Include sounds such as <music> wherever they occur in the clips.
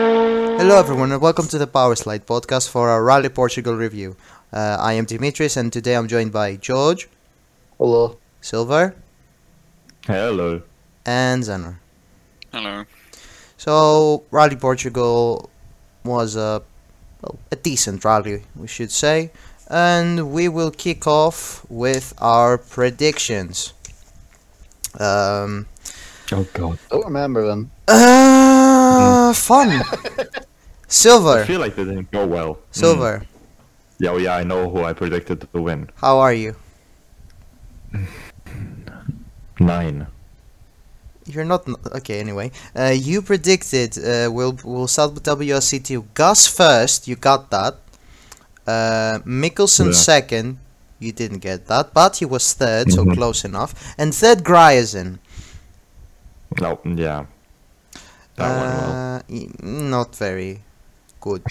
Hello, everyone, and welcome to the Power Slide podcast for our Rally Portugal review. Uh, I am Dimitris, and today I'm joined by George, Hello. Silver, Hello. and Zenor. Hello. So, Rally Portugal was a, well, a decent rally, we should say, and we will kick off with our predictions. Um, Oh god. Don't remember them. uh, <laughs> fun! I Silver, feel like they didn't go well. Mm. Silver, Yeah, oh yeah, I know who I predicted to win. how are you? Nine. You're not n- okay. Anyway, uh, you predicted uh, we'll we'll start with WRC2. Gus first, you got that. Uh, Mickelson Yeah. second, you didn't get that, but he was 3rd so Mhm. close enough. And third, Gryazin. No, yeah. That went well. Uh, y- Not very good.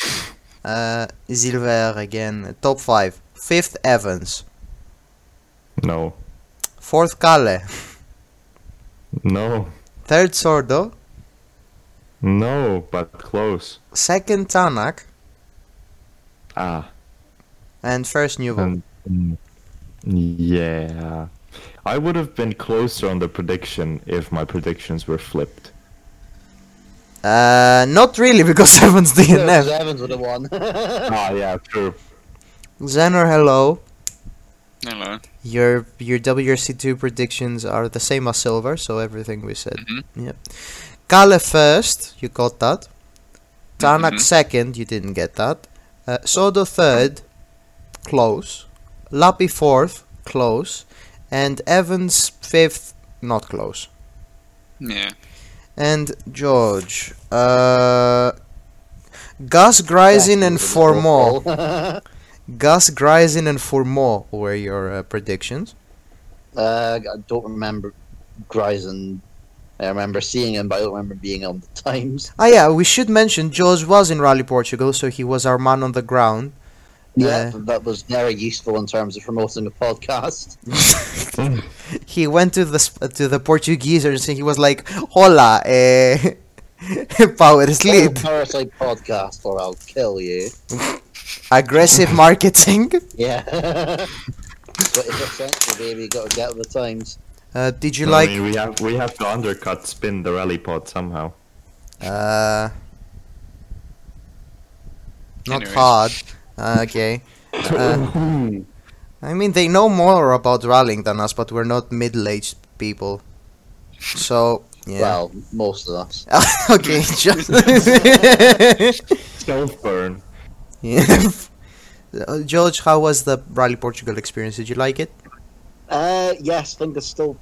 uh, Silver again, top five. Fifth, Evans. No. Fourth, Kale. No. Third, Sordo. No, but close. Second, Tanak. Ah. And first, Newell. and- mm, yeah. I would have been closer on the prediction if my predictions were <laughs> flipped. Uh, not really, <laughs> because Evans didn't have. Because Evans would have won. ah, yeah, <laughs> true. Xenor, hello. Hello. Your your WRC2 predictions are the same as Silver, so everything we said. Mhm. Yep. Kale first, you got that. Tanak Mhm. second, you didn't get that. Uh, Sodo third, close. Lapi fourth, close. And Evans fifth, not close. Yeah. And George, uh, Gus Grising and Formo. <laughs> uh, Gus Grising and Formo were your uh, predictions. Uh, I don't remember Grison. I remember seeing him, but I don't remember being on the times. Ah, yeah, we should mention George was in Rally Portugal, so he was our man on the ground. Yeah, that was very useful in terms of promoting the podcast. Mm. He went to the sp- to the Portuguese and he was like, "Hola, eh, <laughs> power Little sleep, <laughs> Parasite podcast, or I'll kill you. aggressive marketing." Yeah. <laughs> but it's essential, baby. You gotta get with the times. Uh, did you I like? mean, we have we have to undercut spin the rally pod somehow. Uh, not Anyway. hard. Uh, okay. <laughs> Uh, I mean, they know more about rallying than us, but we're not middle-aged people. So yeah. Well, most of us. <laughs> okay, just Self burn. <laughs> Yeah. Uh, George, how was the Rally Portugal experience? Did you like it? Uh, yes, I think I still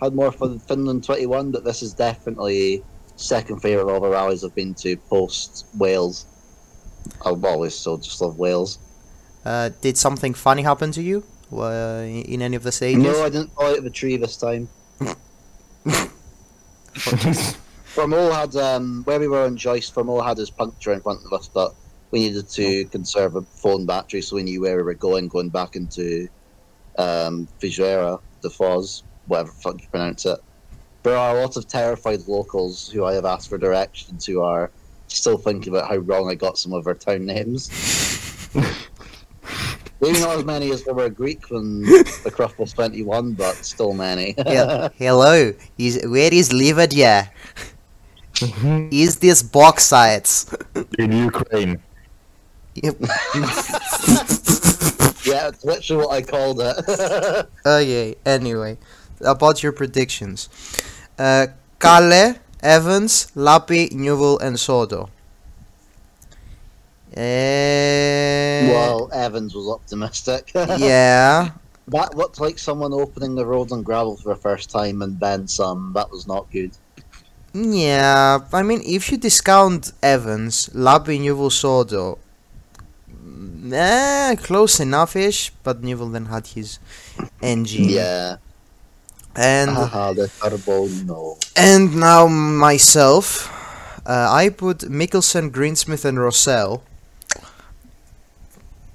had more fun than Finland 21, but this is definitely second favourite of all the rallies I've been to post Wales. I've always still just love Wales. Uh, did something funny happen to you uh, in any of the stages? No, I didn't fall out of a tree this time. From all had um, where we were on Joyce, from all had his puncture in front of us, but we needed to conserve a phone battery, so we knew where we were going, going back into um, Figueira, the Foz, whatever the fuck you pronounce it. There are a lot of terrified locals who I have asked for directions who are still thinking about how wrong I got some of their town names. Maybe not as many as there were Greek when the Cruff was 21, but still many. Yeah. Hello, is where is Livadia? Is this bauxite? In Ukraine. Yep. <laughs> <laughs> Yeah, it's literally what I called it. <laughs> okay. Anyway, about your predictions, uh, Kale, Evans, Lapi, Newell, and Sodo. Eh, well, Evans was optimistic. <laughs> yeah. That looked like someone opening the road on gravel for the first time and then some. That was not good. Yeah, I mean, if you discount Evans, Labi, Newell, Sordo, mm, eh, close enough ish, but Newell then had his engine. Yeah. <laughs> Uh-huh. And, Haha, the turbo, no. and now myself, uh, I put Mickelson, Greensmith, and Rossell.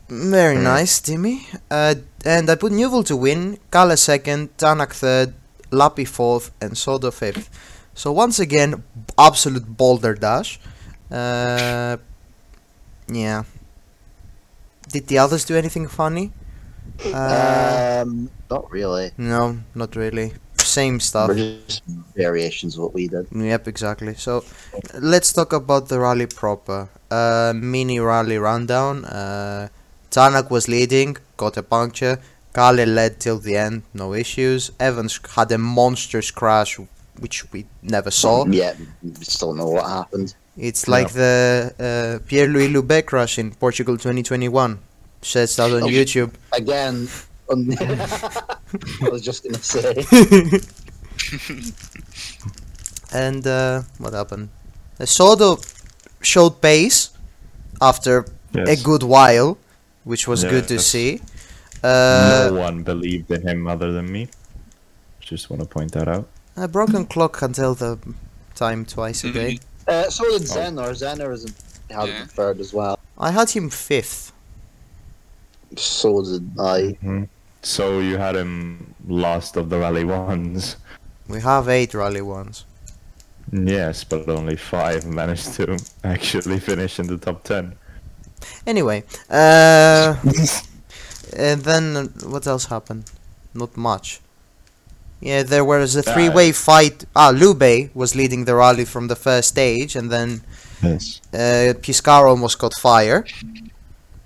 Very Hmm. nice, Timmy. Uh, and I put Newell to win, Kale second, Tanak third, Lapi fourth, and Sodo fifth. So once again, b- absolute boulder dash. Uh, Yeah. Did the others do anything funny? Uh, Um, not really. no, not really. Same stuff. We're just variations of what we did. Yep, exactly. So let's talk about the rally proper. Uh, mini rally rundown. Uh, Tanak was leading, got a puncture. Kale led till the end, no issues. Evans had a monstrous crash, which we never saw. Yeah, we still don't know what happened. It's like the uh, Pierre Louis Lubet crash in Portugal 2021. Says that on Oh. YouTube. Again, on <laughs> I was just gonna say. And uh, what happened? They sort of showed pace after Yes. a good while, which was good to Yes. Mm. see. Uh, no one believed in him other than me. Just want to point that out. A broken clock can tell the time twice a day. Uh, so Oh. did Zenor. Zenor is had Yeah. him third as well. I had him fifth. So did I. So you had him last of the rally ones. We have eight rally ones. Yes, but only five managed to actually <laughs> finish in the top ten. Anyway, <laughs> uh, and then uh, what else happened? Not much. Yeah, there was a Uh, three-way fight. Ah, Lube was leading the rally from the first stage, and then Yes. uh, Piscar almost caught fire,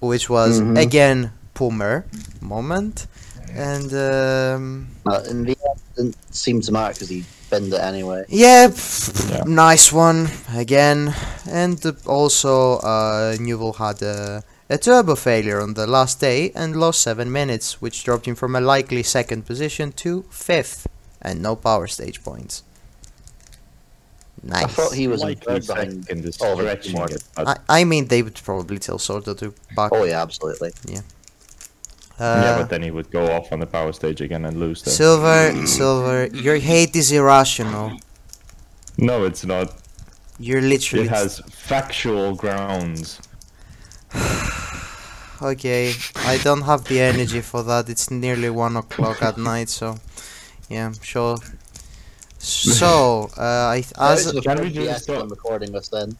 which was Mhm. again Pumer moment, and um, Uh, in the end, it didn't seem to matter because he binned it anyway. yeah, pff, Yeah. nice one again, and uh, also uh, Newell had a, a turbo failure on the last day and lost seven minutes, which dropped him from a likely second position to fifth, and no power stage points. Nice. I thought he was in Likely third behind second is all the stretching Morgan. it, but- I, I mean, they would probably tell Sordo to back. Oh yeah, absolutely. yeah, uh, but then he would go off on the power stage again and lose. Them. Silver, Silver, your hate is irrational. no, it's not. You're literally. It has factual grounds. Okay, I don't have the energy for that. It's nearly one o'clock at night, so yeah, sure. So, uh, I th- Shout as out to the Can Ford we do this Fiesta though? I'm recording with then.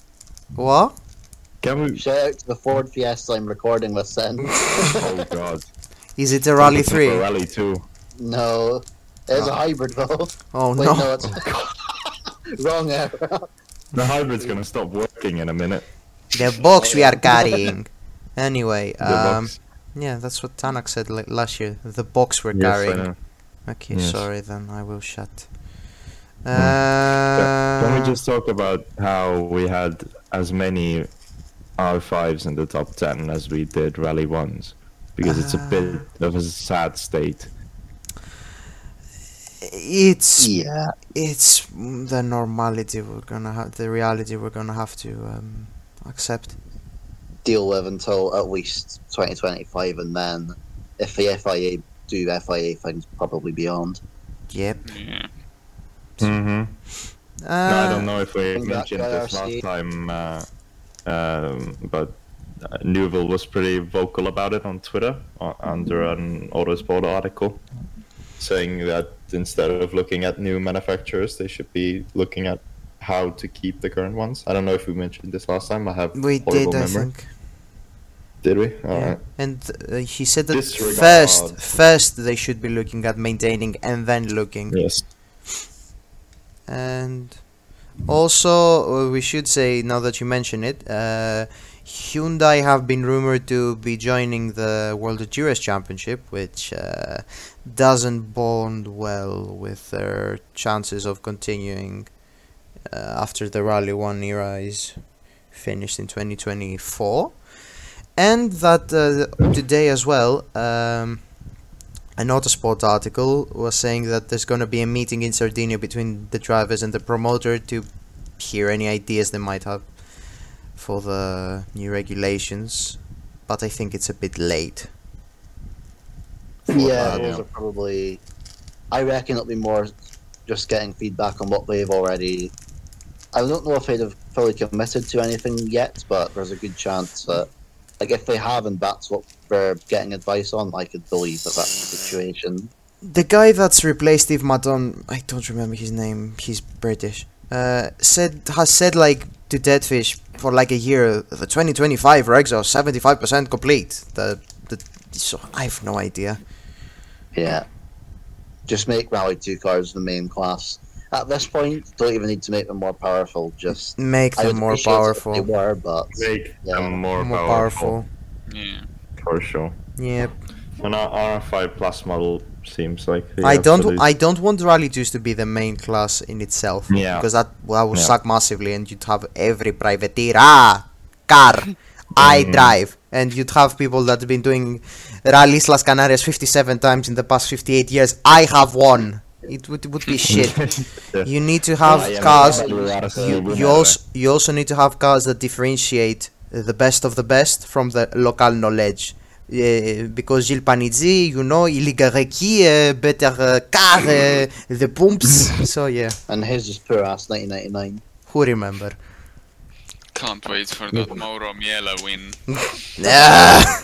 what? Can we? Shout out to the Ford Fiesta I'm recording with <laughs> then. <laughs> Oh God! Is it a rally For three? Rally two. <laughs> no, it's Ah. a hybrid though. Oh <laughs> Wait, no! no, it's wrong error. The hybrid's gonna stop working in a minute. The box we are carrying. Anyway, The um, box. yeah, that's what Tanak said like, last year. The box we're Yes, I carrying. know. Okay, Yes. Hmm. sorry then. I will shut. Uh, Can we just talk about how we had as many R5s in the top 10 as we did Rally 1s? Because it's a bit of a sad state. It's Yeah. it's the normality we're gonna have the reality we're gonna have to um, accept deal with until at least 2025, and then if the FIA do FIA things, probably beyond. yep Yeah. Mm-hmm. uh, no, I don't know if we Bring back mentioned this last IRC. time, uh, um, but uh, Newville was pretty vocal about it on Twitter uh, under Mm-hmm. an Autosport article saying that instead of looking at new manufacturers, they should be looking at how to keep the current ones. I don't know if we mentioned this last time. I have we horrible did i memory. think Did we? All yeah. right. and uh, he said that Disregard. first first they should be looking at maintaining and then looking Yes. and also uh, we should say now that you mention it uh, Hyundai have been rumored to be joining the World Endurance Championship, which uh, doesn't bond well with their chances of continuing uh, after the Rally 1 era is finished in 2024. And that uh, today as well, um, an Autosport article was saying that there's going to be a meeting in Sardinia between the drivers and the promoter to hear any ideas they might have for the new regulations. But I think it's a bit late. Yeah, that, those yeah. are probably. I reckon it'll be more just getting feedback on what they've already. I don't know if they'd have fully committed to anything yet, but there's a good chance that, like, if they haven't, that's what they're getting advice on. I could believe that that's the situation. The guy that's replaced Steve Maton, I don't remember his name. He's British. Uh, said has said like to Deadfish, for like a year, the 2025 regs are 75% complete. The, the so I have no idea. Yeah. Just make Rally 2 cars the main class. At this point, don't even need to make them more powerful. Just Make I them would more appreciate it if powerful. They were, but Make Yeah. them more, more powerful. powerful, Yeah. for sure. Yep. And our R5 plus model seems like the I don't. absolute- <laughs> I don't want Rally 2s to be the main class in itself. Yeah. Because that that would Yeah. suck massively, and you'd have every privateer ah car I Mhm. drive, and you'd have people that've been doing Rally Islas Canarias 57 times in the past 58 years. I have won. It would would be <laughs> shit. Yeah. You need to have yeah, cars. yeah, yeah. You, you also you also need to have cars that differentiate the best of the best from the local knowledge. Uh, because Gilles Panizzi, you know, il y uh, better uh, car, uh, the pumps. so yeah, and his is poor ass 1999. who remember? <laughs> Can't wait for that Mauro Miela win. Ah,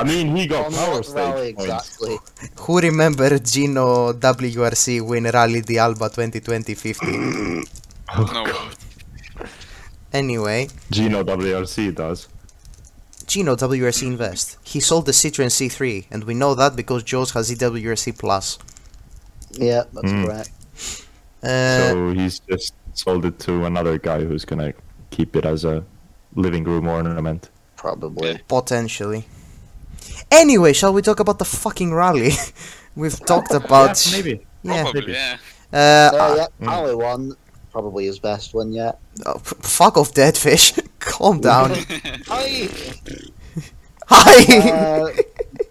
I mean, he got On power what rally stage points. exactly? who remember Gino WRC win Rally the Alba 2020-50? no. anyway, Oh, Gino WRC does. Gino WRC Invest. He sold the Citroen C3, and we know that because Jaws has E EWRC Plus. Yeah, that's Hmm. Mm. correct. Uh, so he's just sold it to another guy who's gonna keep it as a living room ornament. Probably. Potentially. Anyway, shall we talk about the fucking rally? <laughs> We've talked about. yeah, maybe. Yeah. Probably, <laughs> yeah. <laughs> Uh, So, uh, yeah, Rally 1, probably his best one yet. oh, f- fuck off, Deadfish. <laughs> Calm <laughs> down. Hi! Hi. <laughs> uh,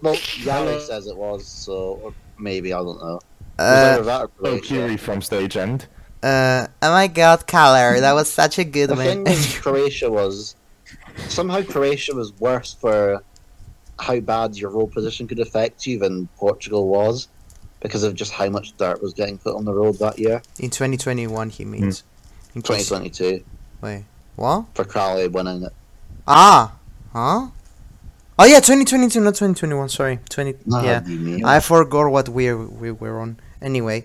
well, Yannick says it was, so or maybe, I don't know. <laughs> Uh, Oh, Kiri from stage end. uh, oh my god, Color, that was such a good the thing man. <laughs> with Croatia was somehow Croatia was worse for how bad your road position could affect you than Portugal was because of just how much dirt was getting put on the road that year, In 2021, he means. In case- 2022, What? for Crowley winning it. Ah. Huh? Oh yeah, 2022, not 2021. Sorry, 20. Nah, yeah. you mean. I forgot what we we were on. Anyway,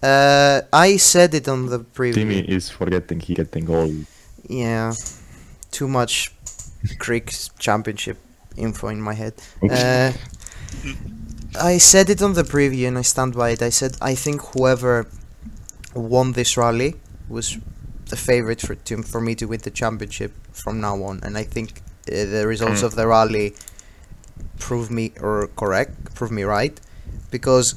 uh, I said it on the preview. Timmy is forgetting he getting old. Yeah, too much Greek championship info in my head. Uh, I said it on the preview and I stand by it. I said I think whoever won this rally was the favorite for to, for me to win the championship from now on, and I think uh, the results of the rally prove me or correct, prove me right, because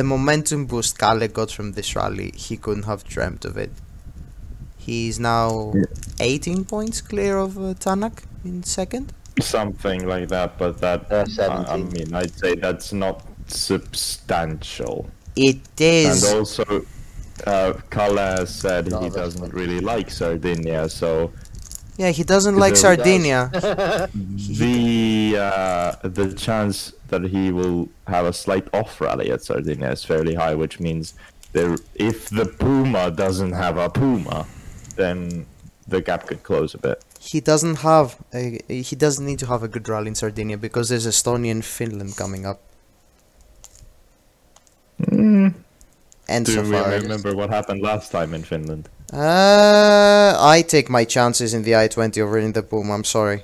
the momentum boost Kale got from this rally, he couldn't have dreamt of it. He's now 18 points clear of uh, Tanak in second. Something like that, but that. Uh, I, I 17. mean, I'd say that's not substantial. It is. And also, uh, Kala said No, he that's doesn't fine. really like Sardinia, so Yeah, he doesn't like does. Sardinia. the uh, the chance that he will have a slight off rally at Sardinia is fairly high, which means there if the Puma doesn't have a Puma, then the gap could close a bit. He doesn't have. A, he doesn't need to have a good rally in Sardinia because there's Estonia and Finland coming up. Mm. And Do so we far, remember what happened last time in Finland? uh, I take my chances in the I20 over in the Puma. I'm sorry.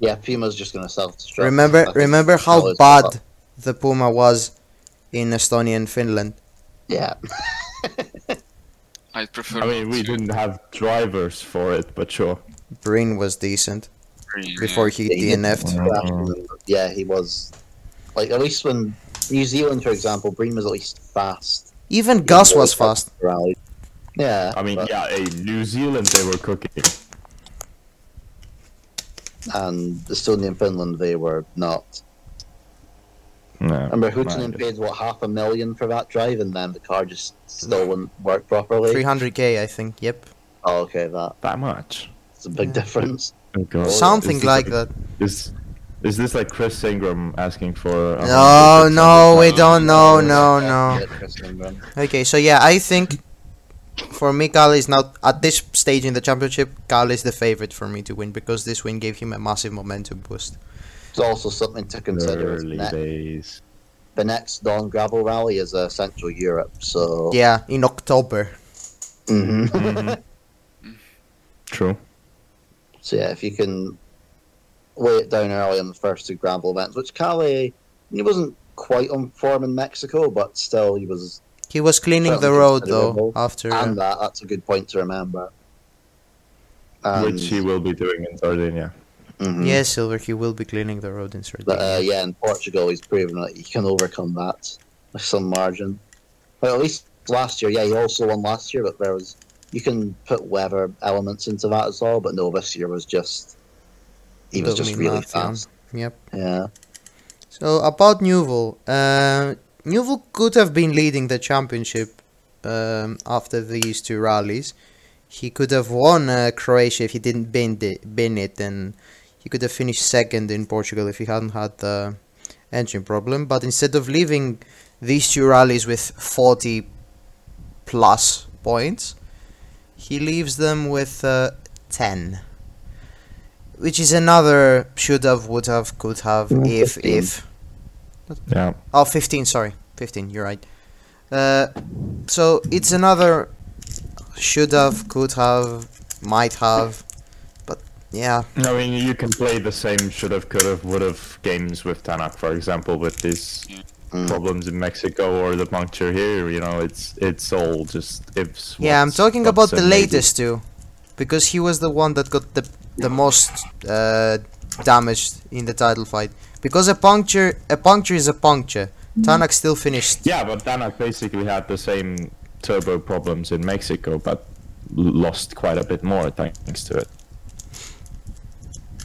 yeah, Puma's just going to self destruct. remember, remember how bad the Puma was in Estonia and Finland. Yeah. I'd prefer I mean, not we to didn't have drivers for it, but sure. Breen was decent agree, yeah. before he Yeah, he did. DNF'd. Yeah, he was. Like, at least when New Zealand, for example, Breen was at least fast. Even Gus was fast. Rally. Yeah. I mean, but- yeah, hey, New Zealand they were cooking. and Estonia and Finland, they were not. No, Remember, man. Hootanen paid, what, half a million for that drive, and then the car just still wouldn't work properly? 300k, I think. Yep. Oh, okay, that's that much. a big Yeah. <laughs> difference. Oh, God. Something Is this like that. Is is this like Chris Ingram asking for? No, a hundred no, we percent? don't. No, Oh, no, no. Yeah, Chris Ingram. Okay, so yeah, I think for me, Kyle is now at this stage in the championship. Kyle is the favorite for me to win because this win gave him a massive momentum boost. It's also something to consider. is Early ne- <laughs> days. the next non gravel rally is uh, Central Europe, so. Yeah, in Mm-hmm. October. Mhm. True. <laughs> So yeah, if you can lay it down early on the first two Grand Prix events, which Cali he wasn't quite on form in Mexico, but still he was. He was cleaning the Certainly road considerable. though after. And that that's a good point to remember. Um, which he will be doing in Sardinia. mhm. Yeah, Silver, he will be cleaning the road in But uh, Sardinia. yeah, in Portugal, he's proven that he can overcome that by some margin. But at least last year, yeah, he also won last year. But there was you can put weather elements into that as well. But no, this year was just he was Totally just really nothing. fast. Yep. Yeah, So about Newell, uh, Newell could have been leading the championship um, after these two rallies. He could have won uh, Croatia if he didn't bin it, bin it, and he could have finished second in Portugal if he hadn't had the engine problem. But instead of leaving these two rallies with 40 plus points, he leaves them with uh, 10. Which is another should have, would have, could have, Yeah, if, 15. if. Yeah, Oh, 15, sorry. 15, you're right. Uh, so it's another should have, could have, might have, but yeah, I mean you can play the same should have, could have, would have games with Tanak, for example, with these Mm. problems in Mexico or the puncture here. You know, it's it's all just ifs. yeah. I'm whats, talking buts, about the and maybes. latest two, because he was the one that got the the most uh, damaged in the title fight. Because a puncture, a puncture is a puncture. Tanak still finished. Yeah, but Danak basically had the same turbo problems in Mexico, but l- lost quite a bit more thanks to it.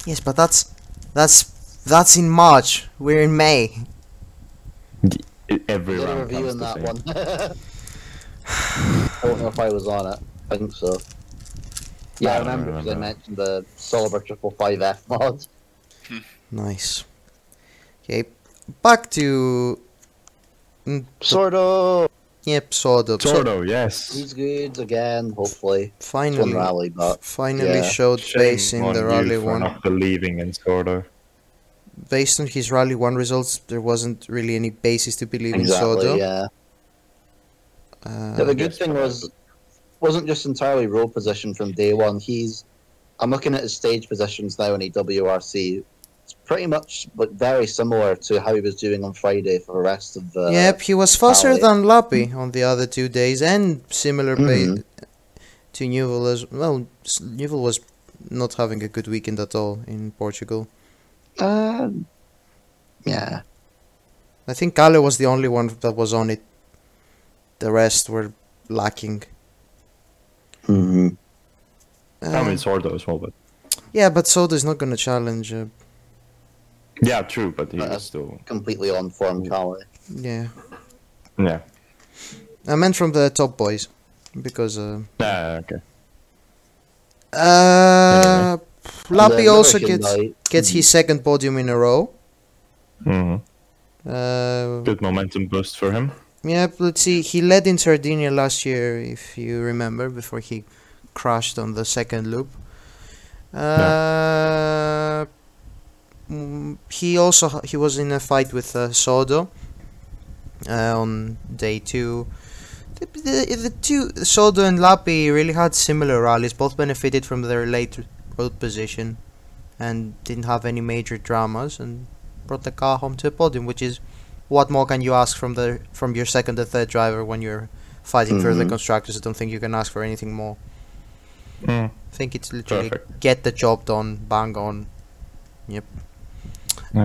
Yes, but that's that's that's in March. We're in May. I- E, Every did a round review comes the on that same. one. I don't know if <laughs> I was on it. I think so. Yeah, No, I I don't remember because I remember. mentioned the Solver Triple Five F mod. <laughs> Nice. Okay, back to Sordo, Yep, sort of. So Tordo, yes. he's good again. Hopefully, It's one finally, rally, but finally uh, yeah. showed base in on the you Rally for 1. Not believing in Tordo. Based on his Rally 1 results, there wasn't really any basis to believe in Soto. exactly, yeah. Yeah, Uh, the good Yes, thing but- was wasn't just entirely road position from day one. He's I'm looking at his stage positions now in E EWRC. It's pretty much like very similar to how he was doing on Friday for the rest of the yep, he was faster Valley. than Lappy on the other two days and similar pace Mhm. to Newell as well. S- Newell was not having a good weekend at all in Portugal. Um, yeah. I think Kalle was the only one that was on it. The rest were lacking. hmm I Uh, mean Tordo as well, but yeah, but Soto is not going to challenge. Uh, yeah, true. But he Uh, was still Completely on form, Cali. yeah. yeah. I meant from the top boys, because uh, Nah, okay. uh Lappy The also American gets guy- gets his second podium in a row. hmm Uh, Good momentum boost for him. yeah, let's see. He led in Sardinia last year, if you remember, before he crashed on the second loop. Uh, mm, He also h- he was in a fight with uh, Sodo uh, on day two. The, the, the two Sodo and Lapi really had similar rallies. Both benefited from their late road position and didn't have any major dramas and brought the car home to a podium, which is what more can you ask from the from your second and third driver when you're fighting for the Mhm. constructors? I don't think you can ask for anything more. Mm. I think it's literally Perfect. get the job done, bang on.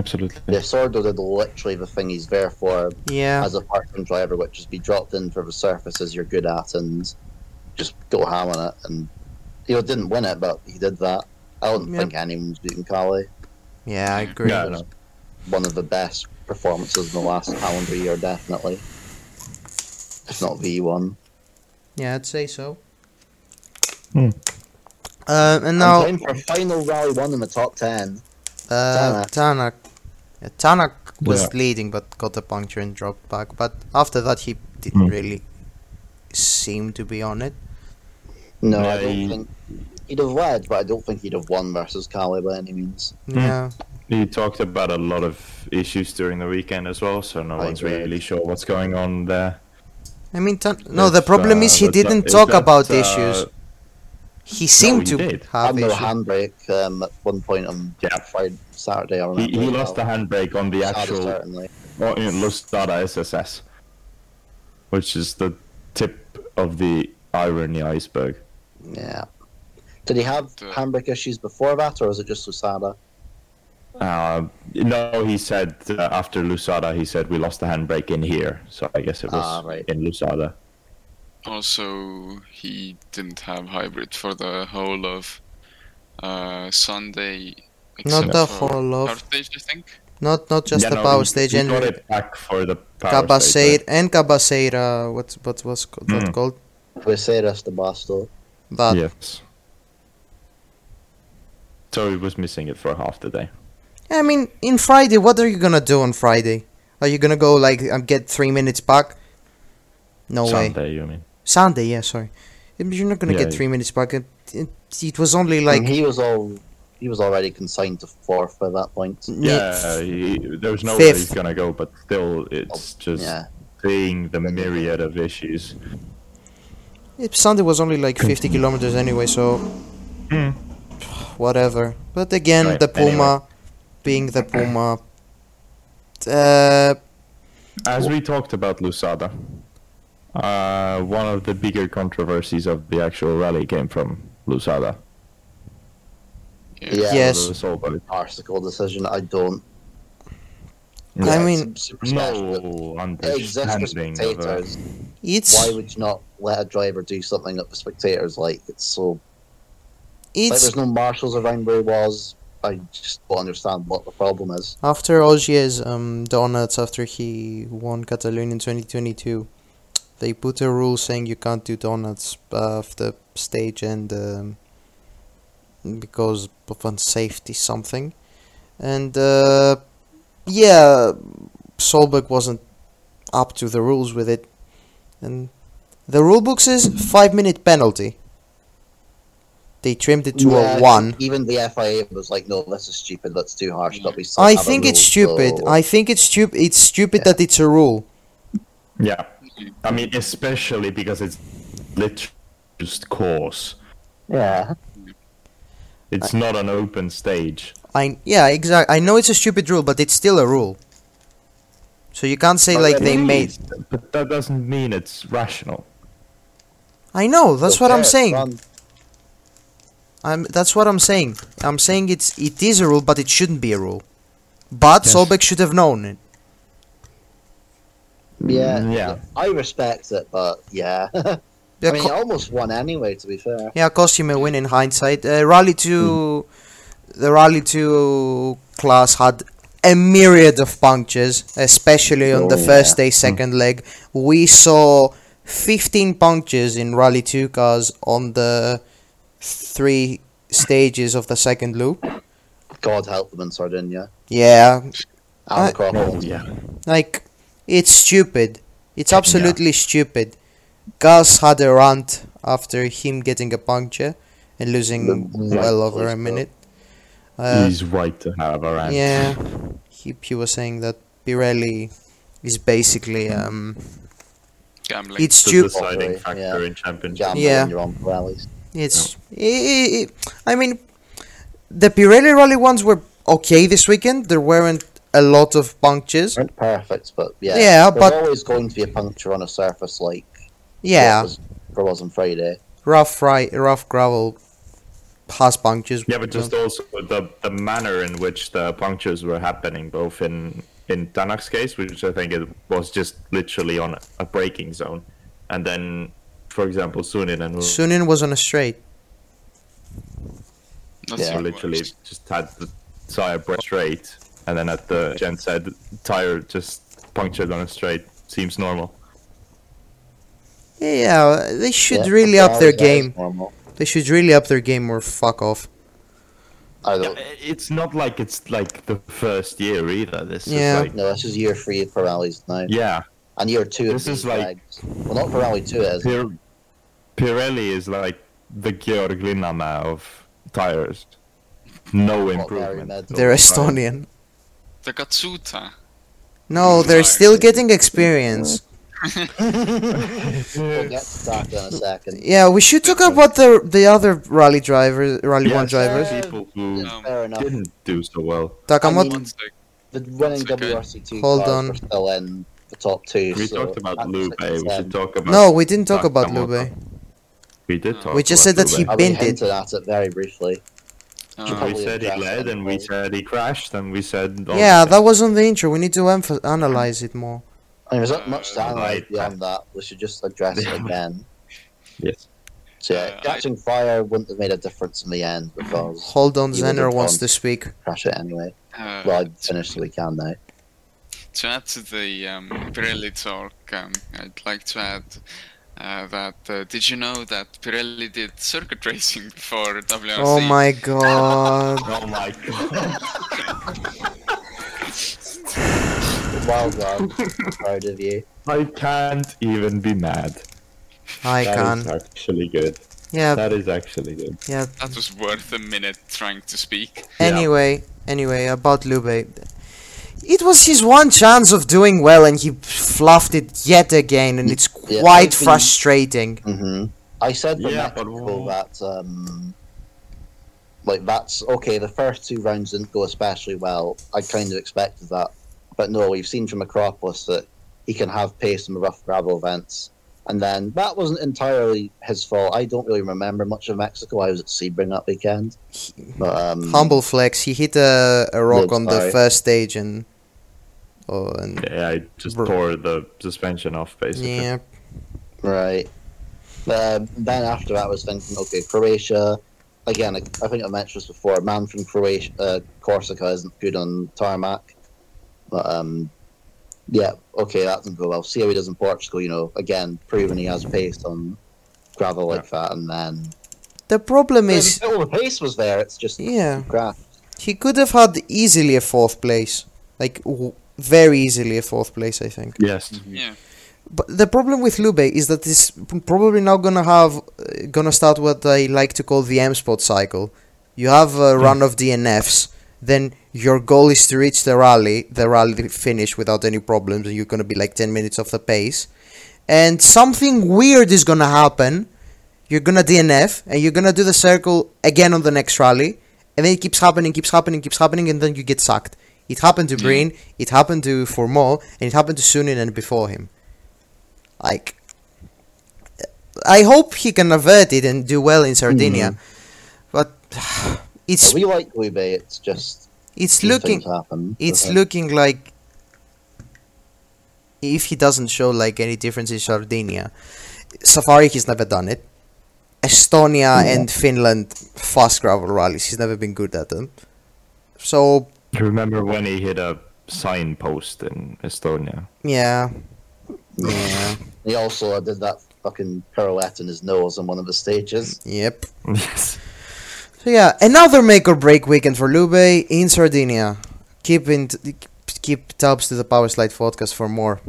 Absolutely. Yeah, Sordo did literally the thing he's there for Yeah. as a part-time driver, which is be dropped in for the surfaces you're good at and just go ham on it. And you know, didn't win it, but he did that. I don't Yep. think anyone's beating Cali. Yeah, I agree. Yeah, no. One of the best performances in the last calendar year, definitely. If not the one. Yeah, I'd say so. Hmm. Uh, and No. now And time for final rally one in the top ten. uh, Tanak. Yeah, Tanak was Yeah. leading but got a puncture and dropped back. But after that, he didn't Hmm. really seem to be on it. No, Yeah, I don't he- think he'd have led, but I don't think he'd have won versus Cali by any means. Hmm. Yeah. He talked about a lot of issues during the weekend as well, so no I one's agree. really sure what's going on there. I mean, Tan- no, the That's, problem uh, is he that's not- didn't is talk that, about uh, issues. He seemed to he did. have had no issues. handbrake um, at one point on Yeah. Friday, Saturday. I He, remember. he lost the handbrake on the Saturday, actual oh, certainly. or in Lustada SSS, which is the tip of the irony iceberg. Yeah. Did he have The- handbrake issues before that, or was it just Lusada? Uh, no, he said uh, after Lusada, he said we lost the handbrake in here, so I guess it was Ah, right. in Lusada. Also, he didn't have hybrid for the whole of uh, Sunday. except the for whole of- Power Stage, I think. Not not just Yeah, the no, power he- stage he and got it back for the power stage. Cabaceira right? and uh, Cabaceira. What what was co- that Mm. called? Luceras de Basto. That Yes. So he was missing it for half the day. I mean, in Friday, what are you gonna do on Friday? Are you gonna go like um, get three minutes back? No way. Sunday, you mean? Sunday, yeah, sorry. Um, You're not gonna Yeah, get yeah. Mm-hmm. three minutes back. It, it, it was only like Like he was all, he was already consigned to fourth by that point. n- Mm-hmm. Yeah, he, there's no way he's Fifth. Oh, gonna go, but still, it's just Yeah. seeing the myriad of issues. If Sunday was only like 50 kilometers anyway, so Mm. whatever. But again, Right, the Puma, anyway. being the Puma, uh, As we talked about Lusada, uh, one of the bigger controversies of the actual rally came from Lusada. Yeah. Yeah. Yes. The Soul Boat. Farcical decision. I don't. I Yeah, mean- it's super special, but No It exists for understanding of a- spectators. it's Why would you not let a driver do something that the spectators like? It's so like it's there's no marshals around where he was. I just don't understand what the problem is. after Ogier's um, donuts after he won Catalonia in 2022. They put a rule saying you can't do donuts off the stage and um, because of unsafety something, and uh, yeah, Solberg wasn't up to the rules with it, and the rule book says five minute penalty. They trimmed it to Yeah, a one. Even the FIA was like, "No, this is stupid. That's too harsh." But we still I have a think it's rule, stupid. so- I think it's stupid. It's stupid that it's a rule. Yeah, I mean, especially because it's literally just course. yeah, It's not an open stage. I yeah, exactly. I know it's a stupid rule, but it's still a rule. So you can't say But like that they doesn't made. mean- But that doesn't mean it's rational. I know. That's So what I'm fair, saying. run. I'm. That's what I'm saying. I'm saying it's it is a rule, but it shouldn't be a rule. But Yes. Solbeck should have known it. Yeah, Mm, Yeah. I respect it, but yeah, <laughs> I Yeah, mean, Co- he almost won anyway. To be fair, yeah, cost him a win in hindsight. Uh, rally two, Hmm. the rally two class had a myriad of punctures, especially on the Oh, first yeah. day, second leg. We saw 15 punctures in rally two cars on the three stages of the second loop. God help them in Sardinia. Yeah, I- And the Crocodiles. Oh, yeah. like it's stupid. It's absolutely stupid. Gus had a rant after him getting a puncture and losing The- yeah, well over close a though. minute. Uh, He's right to have a rant. yeah, he, he was saying that Pirelli is basically um, Gambling. it's Mm. The stupid. deciding factor Yeah. in championship. Gambling Yeah. in your own rallies. It's i- i- i- I mean, the Pirelli rally ones were okay this weekend. There weren't a lot of punctures. Aren't perfect, but yeah, Yeah, there's but- always going to be a puncture on a surface like Yeah, there was, there was on Friday. rough fry, rough gravel has punctures. Yeah, but just also the the manner in which the punctures were happening, both in in Tanak's case, which I think it was just literally on a breaking zone, and then, for example, Suninen who Sunin was on a straight. That's Yeah. the literally worst. just had the tire break straight, and then at the gen said tire just punctured on a straight. Seems normal. Yeah, they should Yeah, really that up their is- that is game. normal. They should really up their game or fuck off. I don't, It's not like it's like the first year either. This Yeah. is like No, this is year three for rallies now. yeah. And year two This of is these like- rags. well, not for rally two. It is. Pir- Pirelli is like the Georg Linama of tires. No improvement. mid. They're Right. Estonian. The Katsuta. No, they're Right. still getting experience. <laughs> We'll get to that in a second. Yeah, we should talk about the the other rally drivers, rally one Yes, drivers. Uh, people who Um, Fair enough. didn't do so well. Takamoto. mean- One sec. The winning It's okay. WRC2 Hold cars on. are still in the top two. We so talked about that's Lube. six We should and talk about. no, we didn't talk about Takamoto. Lube. We did talk. We just about said that he Lube. I bent mean, it. hinted at it very briefly. Uh, we said he Probably led, and we addressed said he crashed, and we said. all Yeah, the that was on the intro. We need to emph- analyze it more. I mean, there's not much to Uh, analyze right. beyond that. We should just address it <laughs> Yeah. again. things. Yes. So yeah, Uh, I- catching fire wouldn't have made a difference in the end because Hold on, You would Zener have wants gone. to speak. crash it anyway. uh, Well, I finished the weekend now. To add to the um, Pirelli talk, um, I'd like to add uh, that uh, did you know that Pirelli did circuit racing before WRC? Oh my <laughs> god. Oh my god. <laughs> Well <laughs> done, proud of you. I can't even be mad. I That is can. actually good. Yeah, That is actually good. yeah. That was worth a minute trying to speak. Anyway, anyway, about Lube. It was his one chance of doing well and he fluffed it yet again and it's Yeah, quite I've been- frustrating. hmm I said for Yeah, but Mexico we'll- that um, like that's okay. The first two rounds didn't go especially well. I kind of expected that, but no, we've seen from Acropolis that he can have pace in rough gravel events. And then that wasn't entirely his fault. I don't really remember much of Mexico. I was at Sebring that weekend, but um, Humble flex, he hit a, a rock Looks on the alright. first stage and oh and Yeah, I just Bro. tore the suspension off basically. yeah. Right. Um, then after that, I was thinking, okay, Croatia. Again, I, I think I mentioned this before. A man from Croatia, uh, Corsica, isn't good on tarmac. But um, yeah, okay, that doesn't go well. See how he does in Portugal. You know, again, proving he has pace on gravel like that, and then The problem Yeah, is the- oh, the pace was there. It's just Yeah. crap. he could have had easily a fourth place. Like w- very easily a fourth place, I think. Yes. Yeah. But the problem with Lube is that it's p- probably now gonna have uh, gonna start what I like to call the M spot cycle. You have a run of DNFs, then your goal is to reach the rally, the rally finish without any problems, and you're gonna be like ten minutes off the pace. And something weird is gonna happen. You're gonna DNF, and you're gonna do the circle again on the next rally, and then it keeps happening, keeps happening, keeps happening, and then you get sucked. It happened to Yeah. Breen, it happened to Formo, and it happened to Sunin and before him. Like, I hope he can avert it and do well in Sardinia, but it's But we like Lube. It's just it's these looking things happen. it's Okay. looking like if he doesn't show like any difference in Sardinia, Safari he's never done it. Estonia and Finland fast gravel rallies he's never been good at them. So Remember when he hit a signpost in Estonia? yeah, yeah, He also did that fucking pirouette in his nose on one of the stages. yep. yes. So yeah, another make or break weekend for Lube in Sardinia. Keep in t- keep tabs to the Power Slide podcast for more.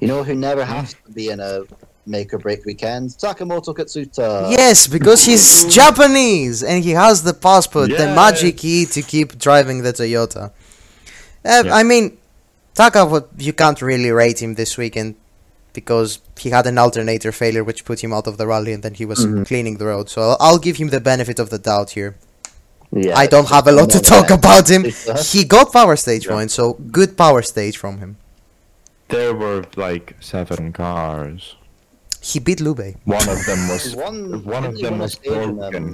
You know who never has to be in a make or break weekend? Sakamoto Katsuta. yes, because he's Japanese and he has the passport, the magic Yes. key to keep driving the Toyota. Uh, Yeah. I mean, Taka, what you can't really rate him this weekend because he had an alternator failure which put him out of the rally and then he was Mm-hmm. Mhm. cleaning the road. So I'll, I'll give him the benefit of the doubt here. Yeah, I don't have a lot to another talk about him. Katsuta. He got power stage Yeah. points, so good power stage from him. <laughs> There were like seven cars. He beat Lube. One of them was <laughs> One, one of didn't he them win a was stage in, um, broken.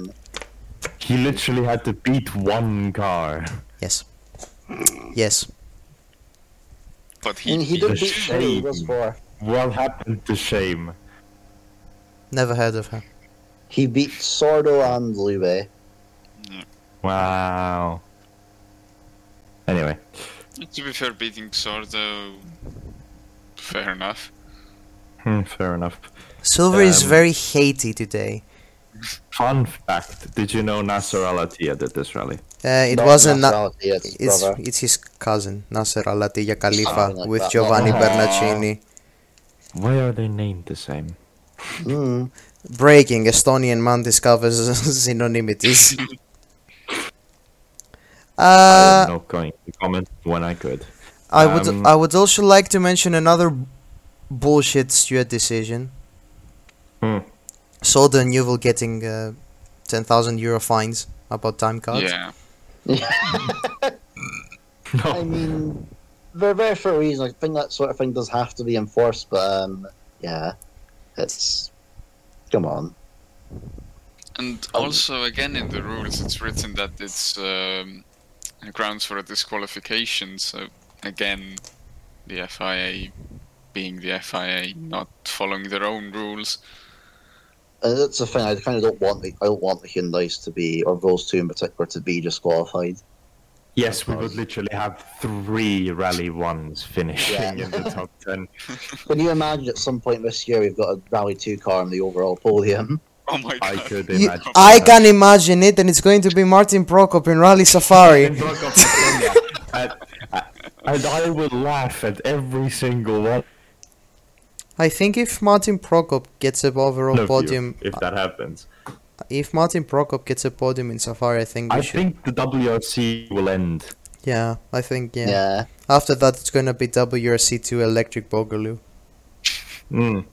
He literally had to beat one car. Yes. Yes. But I mean, he, he did The beat Shane. He was shame. four. What happened to shame? Never heard of her. He beat Sordo and Lube. Wow. Anyway, <laughs> to be fair, beating Sordo, fair enough. hmm, fair enough. Silver is Um, very hatey today. Fun fact: Did you know Nasser Al Attiyah did this rally? Uh, it Not wasn't. Na- nationality, it's it's brother. it's his cousin Nasser Al Attiyah Khalifa Something like with that. Giovanni Aw. Bernacini. Why are they named the same? <laughs> Mm. Breaking Estonian man discovers <laughs> <laughs> <laughs> synonymities. I'm uh, not going to comment when I could. I would um, I would also like to mention another bullshit Stewart decision. Hmm. Saw the Newell getting uh, 10,000 euro fines about time cards. Yeah. I mean, they're there for a reason. I think that sort of thing does have to be enforced, but um, yeah, it's come on. And Um, also, again, in the rules, it's written that it's um, a grounds for a disqualification. So, again, the FIA being the FIA, not following their own rules. <laughs> And that's the thing. I kind of don't want the I don't want the Hyundai's to be or those two in particular to be <laughs> disqualified. Yes, we would literally have three Rally 1s finishing Yeah. in the <laughs> top 10. Can you imagine at some point this year we've got a Rally Two car on the overall podium? Oh my I god. could You- imagine. I that. can imagine it, and it's going to be Martin Prokop in Rally Safari. <laughs> Broke up Estonia. and, uh, and I would laugh at every single one I think if Martin Prokop gets a overall of you podium, if that happens. if Martin Prokop gets a podium in Safari, I think we I should. think the WRC will end. Yeah, I think <laughs> yeah. Yeah, After that, it's gonna be WRC2 Electric Boogaloo. Mm.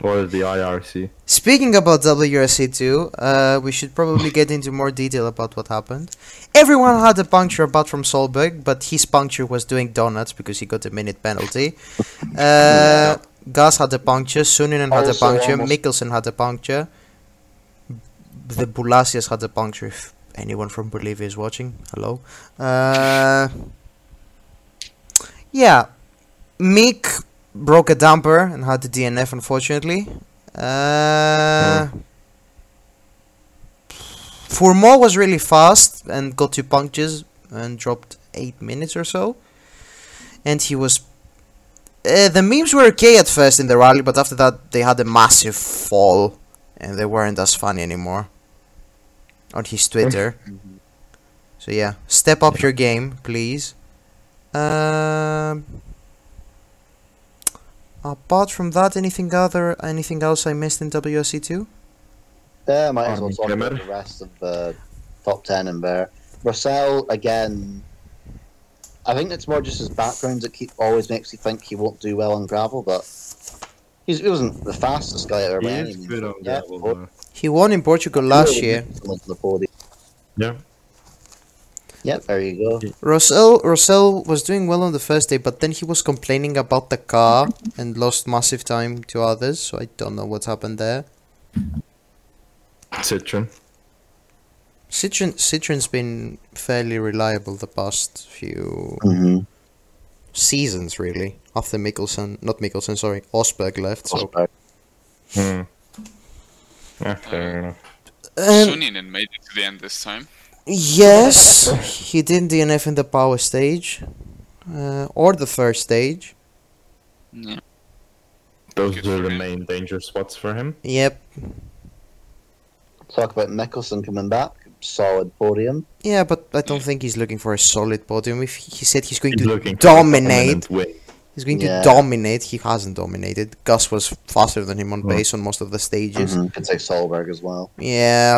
Or the IRC. Speaking about WRC2, uh, we should probably get into more detail about what happened. Everyone had a puncture apart from Solberg, but his puncture was doing donuts because he got a minute penalty. Uh, Gas had a puncture, Suninen had a Also puncture, almost- Mikkelsen had a puncture, the Bulasias had a puncture. If anyone from Bolivia is watching, hello. Uh, yeah, Mick broke a damper and had the DNF, unfortunately. Uh, Fourmont was really fast and got two punctures and dropped eight minutes or so. And he was. Uh, the memes were okay at first in the rally, but after that they had a massive fall and they weren't as funny anymore on his Twitter. so yeah, step up your game, please. Um, apart from that, anything other, anything else I missed in WRC two? yeah. Might as well Armin talk about Grimmer. the rest of the top ten in there. Russell again. I think it's more just his background that keep always makes you think he won't do well on gravel, but he's, he wasn't the fastest guy ever. He by any is means. good on Yeah, gravel, oh, but- though. He won in Portugal last year. Someone to the podium. Yeah. Yep, there you go. Russell Russell was doing well on the first day, but then he was complaining about the car and lost massive time to others. So I don't know what happened there. Citroen. Citroen Citroen's been fairly reliable the past few Mm-hmm. seasons, really. After Mickelson, not Mickelson, sorry, Osberg left. So Hmm. Yeah, fair enough. and Suninen made it to the end this time. yes, he didn't DNF in the power stage, uh, or the first stage. Yeah. Those Good are for the him. main danger spots for him. Yep. Talk about Mickelson coming back. Solid podium. Mm-hmm. Yeah, but I don't think he's looking for a solid podium. If he he said he's going He's to looking for a dominate, dominant win. he's going Yeah. to dominate. He hasn't dominated. Gus was faster than him on Hmm. base on most of the stages. Mhm. Could say Solberg as well. Yeah.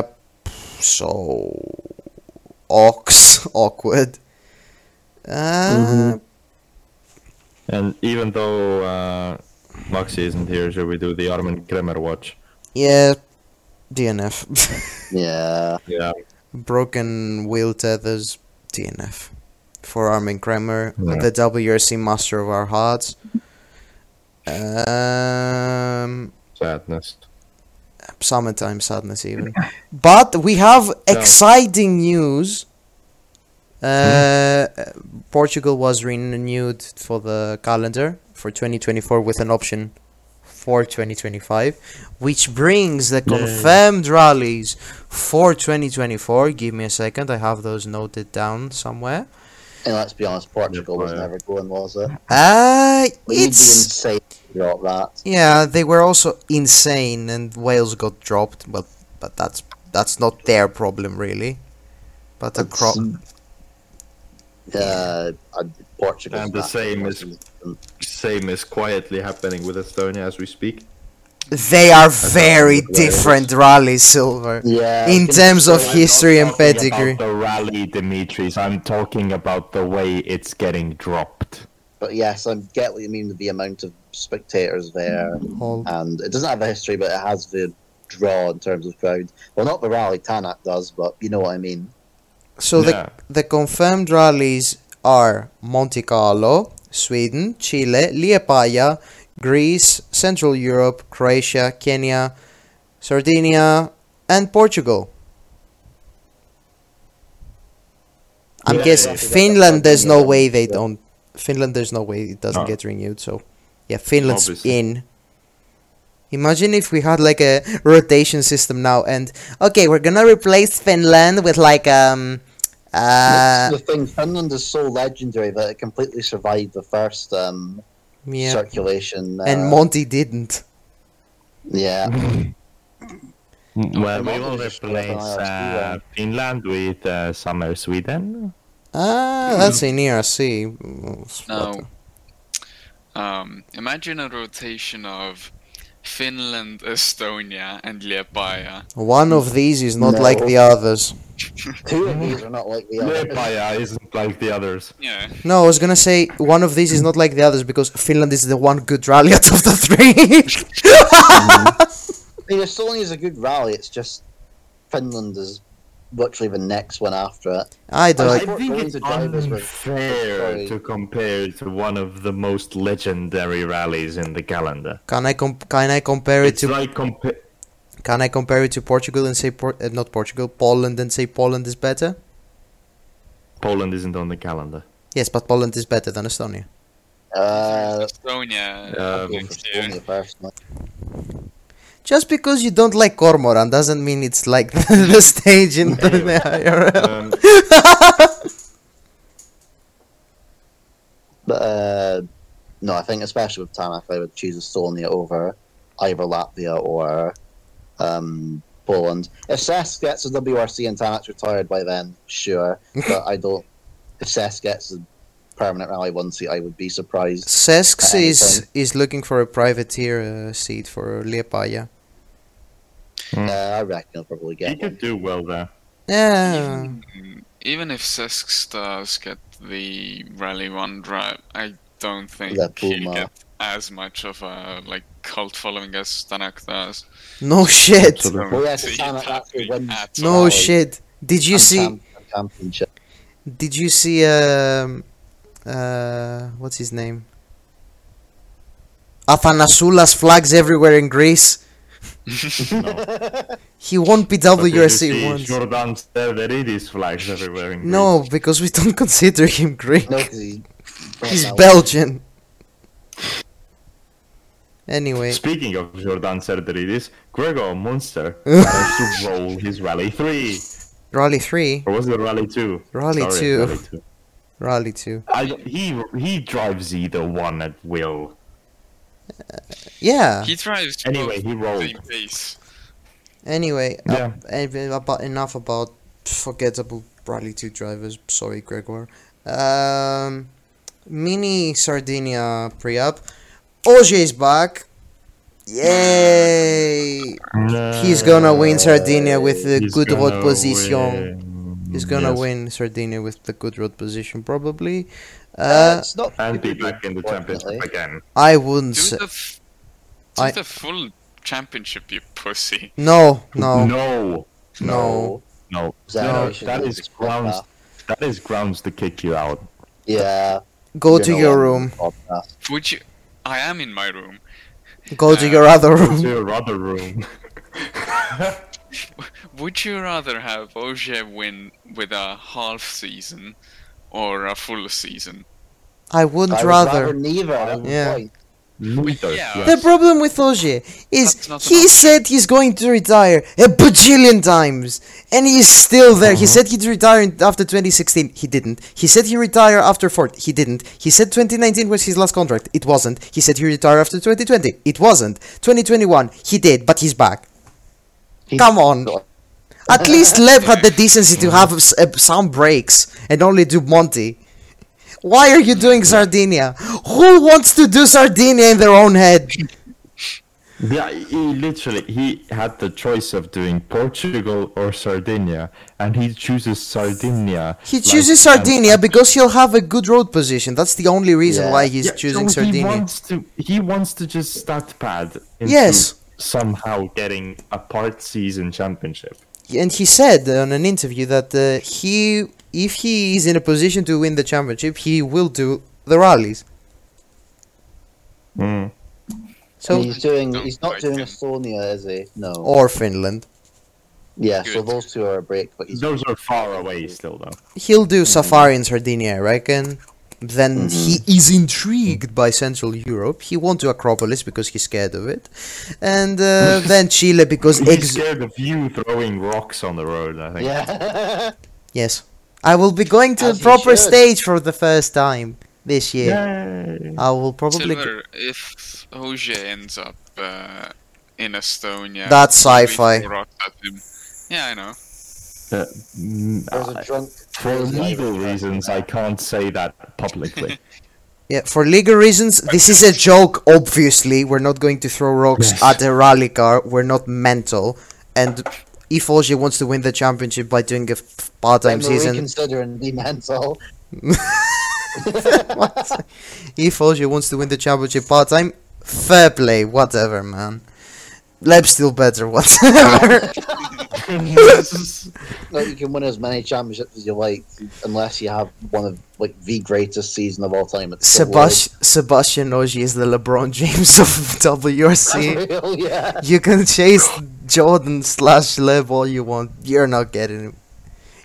So ox <laughs> awkward. Uh, And even though uh, Moxie isn't here, should we do the Armin Kremer watch? Yeah. <laughs> DNF. Yeah. Yeah. Broken wheel tethers. DNF. For Armin Kramer, Yeah. the WRC master of our hearts. Um. Sadness. summertime sadness even but we have exciting news uh, portugal was renewed for the calendar for 2024 with an option for 2025 which brings the confirmed rallies for 2024 give me a second i have those noted down somewhere And let's be honest, Portugal was Yeah. never going, was it? uh We'd be it's insane if we got that. Yeah, they were also insane, and Wales got dropped. But but that's that's not their problem really. But the That's- crop, Yeah, uh, Portugal. And the same as- <laughs> Same is quietly happening with Estonia as we speak. they are very what Wales- different rallies, Silver. Yeah. In terms of I'm not history and talking pedigree, About the rally, Dimitris. I'm talking about the way it's getting dropped. But yes, I get what you mean with the amount of spectators there, Hold. and it doesn't have a history, but it has the draw in terms of crowd. Well, not the rally Tanak does, but you know what I mean. So Yeah. the the confirmed rallies are Monte Carlo, Sweden, Chile, Liepaja, Greece, Central Europe, Croatia, Kenya, Sardinia, and Portugal. I'm Yeah, guessing yeah, yeah. Finland. There's no way they Yeah. don't. Finland. There's no way it doesn't No. get renewed. So, yeah, Finland's Obviously. in. Imagine if we had like a rotation system now, and okay, we're gonna replace Finland with like um, uh, the thing, Finland is so legendary that it completely survived the first um, yeah, circulation. Uh, and Monty didn't. yeah, Well, we we will will replace replace, uh, Finland with uh, summer Sweden. Ah, that's Hmm. in here. I see. Mm, what Now, um, imagine a rotation of Finland, Estonia, and Liepaja. the- One of these is not like No. the others. two of these are not like the other. Liepaja isn't like the others. Yeah, No, I was gonna say one of these is not like the others because Finland is the one good rally out of the three. <laughs> I mean, Estonia is a good rally. It's just Finland is literally the next one after it. I I don't. Support think going it's to drivers with- unfair Sorry. to compare to one of the most legendary rallies in the calendar. Can I comp- can I compare it It's to like compa- Can I compare it to Portugal and say Por- uh, not Portugal, Poland and say Poland is better? Poland isn't on the <laughs> calendar. Yes, but Poland is better than Estonia. Uh, Estonia. Um, go for next year. Estonia personally. Just because you don't like Cormoran doesn't mean it's like <laughs> the stage in the, the IRL. Um, But uh, no, I think especially with Tanak, I would choose Estonia over either Latvia or um, Poland. If Cesc gets the WRC and Tanak's retired by then, <laughs> sure. But I don't. If Cesc gets the permanent rally one seat, I would be surprised. Sesks Uh, is, is looking for a privateer uh, seat for Liepaja. Hmm. Uh, I reckon he'll probably he get one. could do well there. Yeah. Even if Sesk Stars get the Rally One drive, I don't think La he'll Puma. get as much of a like cult following as Stanak does. No shit. Absolutely. Well, yes, So it's you'd Tanak have to actually wins. add No Rally shit. Did you and see? Cham- and championship. Did you see um uh what's his name? Athanasoulas flags everywhere in Greece. He won But did you see PWRC once. Jordan Sterveridis flags everywhere in No, because we don't <laughs> consider him Greek. No, 'cause he- He's Well, Belgian. Anyway, Speaking of Jordan Serderidis, Gregor Munster managed to roll his Rally 3. <laughs> Rally 3, Or was it Rally 2? Rally Sorry, 2. Rally 2. Rally 2. I, he, he drives either one at will. Yeah, He drives Anyway, he both at the rolled. same pace. anyway, Yeah. en- about- enough about forgettable Rally 2 drivers. Sorry, Gregor. Um, mini Sardinia pre up. Oje is back. Yay! He's gonna win Sardinia with the He's good road gonna position. win. He's gonna Yes. win Sardinia with the good road position, probably. Uh, Uh, it's not And be back in the championship Unfortunately. again. I wouldn't. Do Say, the, f- do I- the full championship, you pussy. <laughs> no, no, No. no. No. No, Generation that is is grounds. better. That is grounds to kick you <coughs> out. Yeah. Go you to know, your on room. the podcast. Would you? I am in my room. Go to your other Go to <laughs> room. your <laughs> other room. Would you rather have Ogier win with a half season or a full season? I I wouldn't would rather. neither. at this Yeah. point. Neither. Yeah. The problem with Oje is That's not an he option. said he's going to retire a bajillion times, and he's still there. Uh-huh. He said he'd retire in- after 2016. He didn't. He said he retire after Ford. He didn't. He said 2019 was his last contract. It wasn't. He said he retire after 2020. It wasn't. 2021. He did, but he's back. He's Come on. got- At least Lev had the decency to have s- uh, some breaks and only do Monty. Why are you doing Sardinia? Who wants to do Sardinia in their own head? Yeah, he literally he had the choice of doing Portugal or Sardinia, and he chooses Sardinia. He like, chooses um, Sardinia because he'll have a good road position. That's the only reason Yeah. why he's yeah, choosing so He Sardinia. wants to. He wants to just start pad. Into Yes. Somehow getting a part season championship. And he said on an interview that uh, he, if he is in a position to win the championship, he will do the rallies. Mm. So Oh, he's doing. Don't He's not fight doing him. Estonia, is he? No. or Finland, Yeah. So Good. those two are a break, but he's Those are far away still, though. he'll do Mm-hmm. safari in Sardinia, I reckon. Then he is intrigued by Central Europe. He won't do Acropolis because he's scared of it, and <laughs> uh, then Chile because He's ex- scared of you throwing rocks on the road. I think. <laughs> yeah. yes, I will be going to As a you proper should. stage for the first time this year. Yay. I will probably. go- Similar, if Oje ends up uh, in Estonia, That's we sci-fi. throw rocks at him. Yeah, I know. Uh, mm, There's I- a drunk. for there's a legal drunk- reasons, I can't say that publicly. Yeah, for legal reasons, this is a joke, obviously. We're not going to throw rocks Yes. at a rally car. We're not mental. And if Oje wants to win the championship by doing a f- part Then time we're season, reconsidering the mental. <laughs> if Oje wants to win the championship part time, fair play, whatever, man. Leb's still better, <laughs> whatever. Like you can win as many championships as you like, unless you have one of like the greatest season of all time. At the <laughs> Sebas- Sebastian Oje is the LeBron James of <laughs> WRC. World. Real, yeah. You can chase Jordan slash Leb all you want. You're not getting him.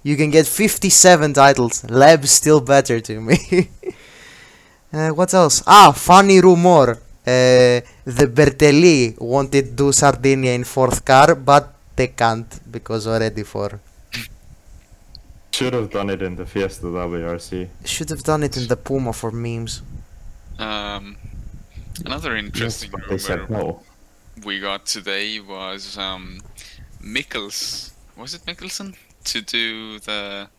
You can get 57 titles. Leb's still better to me. <laughs> uh, what else? Ah, funny rumor. Uh, the Bertelli wanted to Sardinia in fourth car, but they can't because already four. Should have done it in the Fiesta WRC. Should have done it in the Puma for memes. Um, another Yes, interesting but they rumor said no. we got today was um, Mikkels. Was it Mickelson to do the?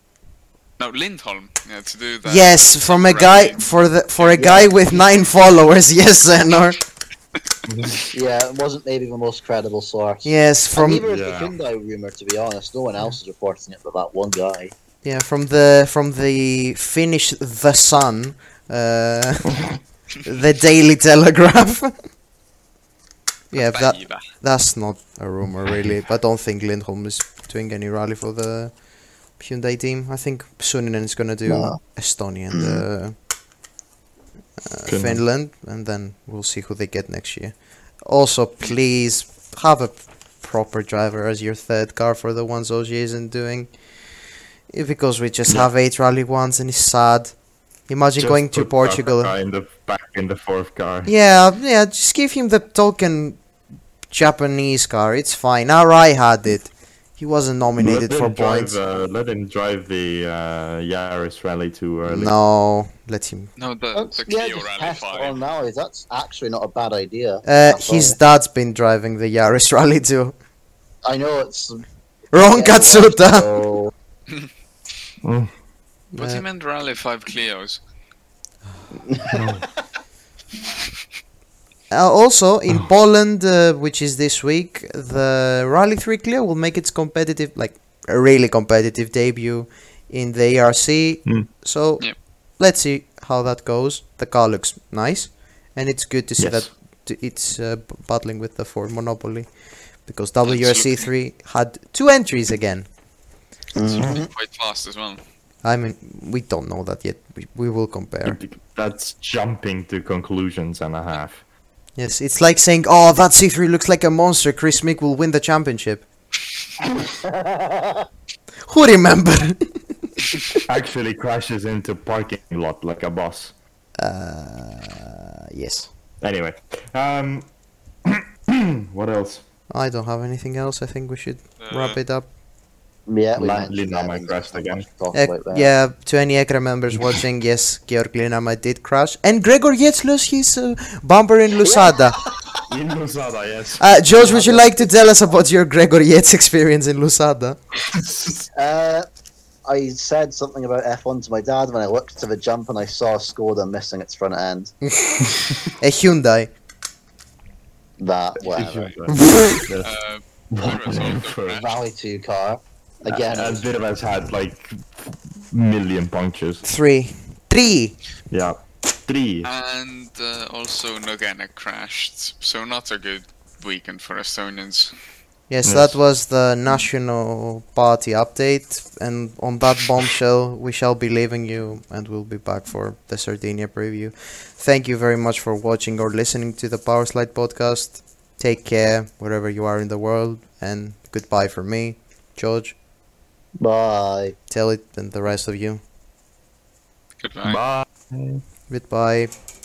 No, Lindholm. Yeah, to do that. yes, from a guy rally. for the for a guy with nine followers. <laughs> Yes, Senor. Yeah, it wasn't maybe the most credible source. Yes, From from even Yeah. the Hyundai rumor, to be honest, no one else is reporting it but that one guy. Yeah, from the from the Finnish The Sun, uh, the Daily Telegraph. <laughs> yeah, that Päivä. that's not a rumor really. I don't think Lindholm is doing any rally for the Hyundai team. I think Suninen is gonna do No. Estonia and uh, uh, Finland. Finland, and then we'll see who they get next year. Also, please have a proper driver as your third car for the ones OG isn't doing. Eh, Because we just have eight rally ones and it's sad. Imagine Just going to put Portugal. Kafka in the back in the fourth car. Yeah, yeah, just give him the token Japanese car. It's fine. Arai had it. He wasn't nominated let for him drive, points. Uh, let him drive the uh, Yaris Rally too early. No, let him. No, the, That's- the yeah, Clio just Rally test it Five. on now. That's actually not a bad idea. Uh, That's his all. dad's been driving the Yaris Rally too. <laughs> I know it's Wrong yeah, Katsuta. so- But he meant Rally Five Clios. Uh, also, in Poland, uh, which is this week, the Rally 3 Clio will make its competitive, like, a really competitive debut in the ERC. Mm. So, Yep. let's see how that goes. The car looks nice, and it's good to see Yes. that t- it's uh, b- battling with the Ford Monopoly because Absolutely. WRC 3 had two entries again. It's really Mm-hmm. quite fast as well. I mean, we don't know that yet. We, we will compare. That's jumping to conclusions and a <laughs> half. Yes, it's like saying, "Oh, that C3 looks like a monster. Chris Mick will win the championship." Who remember? <laughs> Actually crashes into parking lot like a boss. uh, yes. Anyway, um, <clears throat> what else? I don't have anything else. I think we should wrap Uh, it up. Yeah, Lin- we mentioned Lin- that, Lin- and crashed there's again. not much to talk Ec- about there. yeah, to any ECRA members watching, yes, Georg Linama did crash, and Gregor Yates lost his uh, bumper in Lusada. In Lusada, yes. Uh, George, would you like to tell us about your Gregor Yates experience in Lusada? Uh, I said something about F1 to my dad when I looked to the jump and I saw a Skoda missing its front end. A Hyundai. <laughs> that, whatever. That's Uh, <laughs> one Pirates name of the for it. Crash. Valley 2 car. Again, Uh, bit of us had like million punctures. Three. Three! Yeah, three. and uh, also Nogana crashed, so not a good weekend for Estonians. Yes, Yes. that was the National Party update, and on that bombshell, we shall be leaving you, and we'll be back for the Sardinia preview. Thank you very much for watching or listening to the Power Slide podcast. Take care, wherever you are in the world, and goodbye from me, George. bye. Tell it and the rest of you. Goodbye. Bye. Goodbye.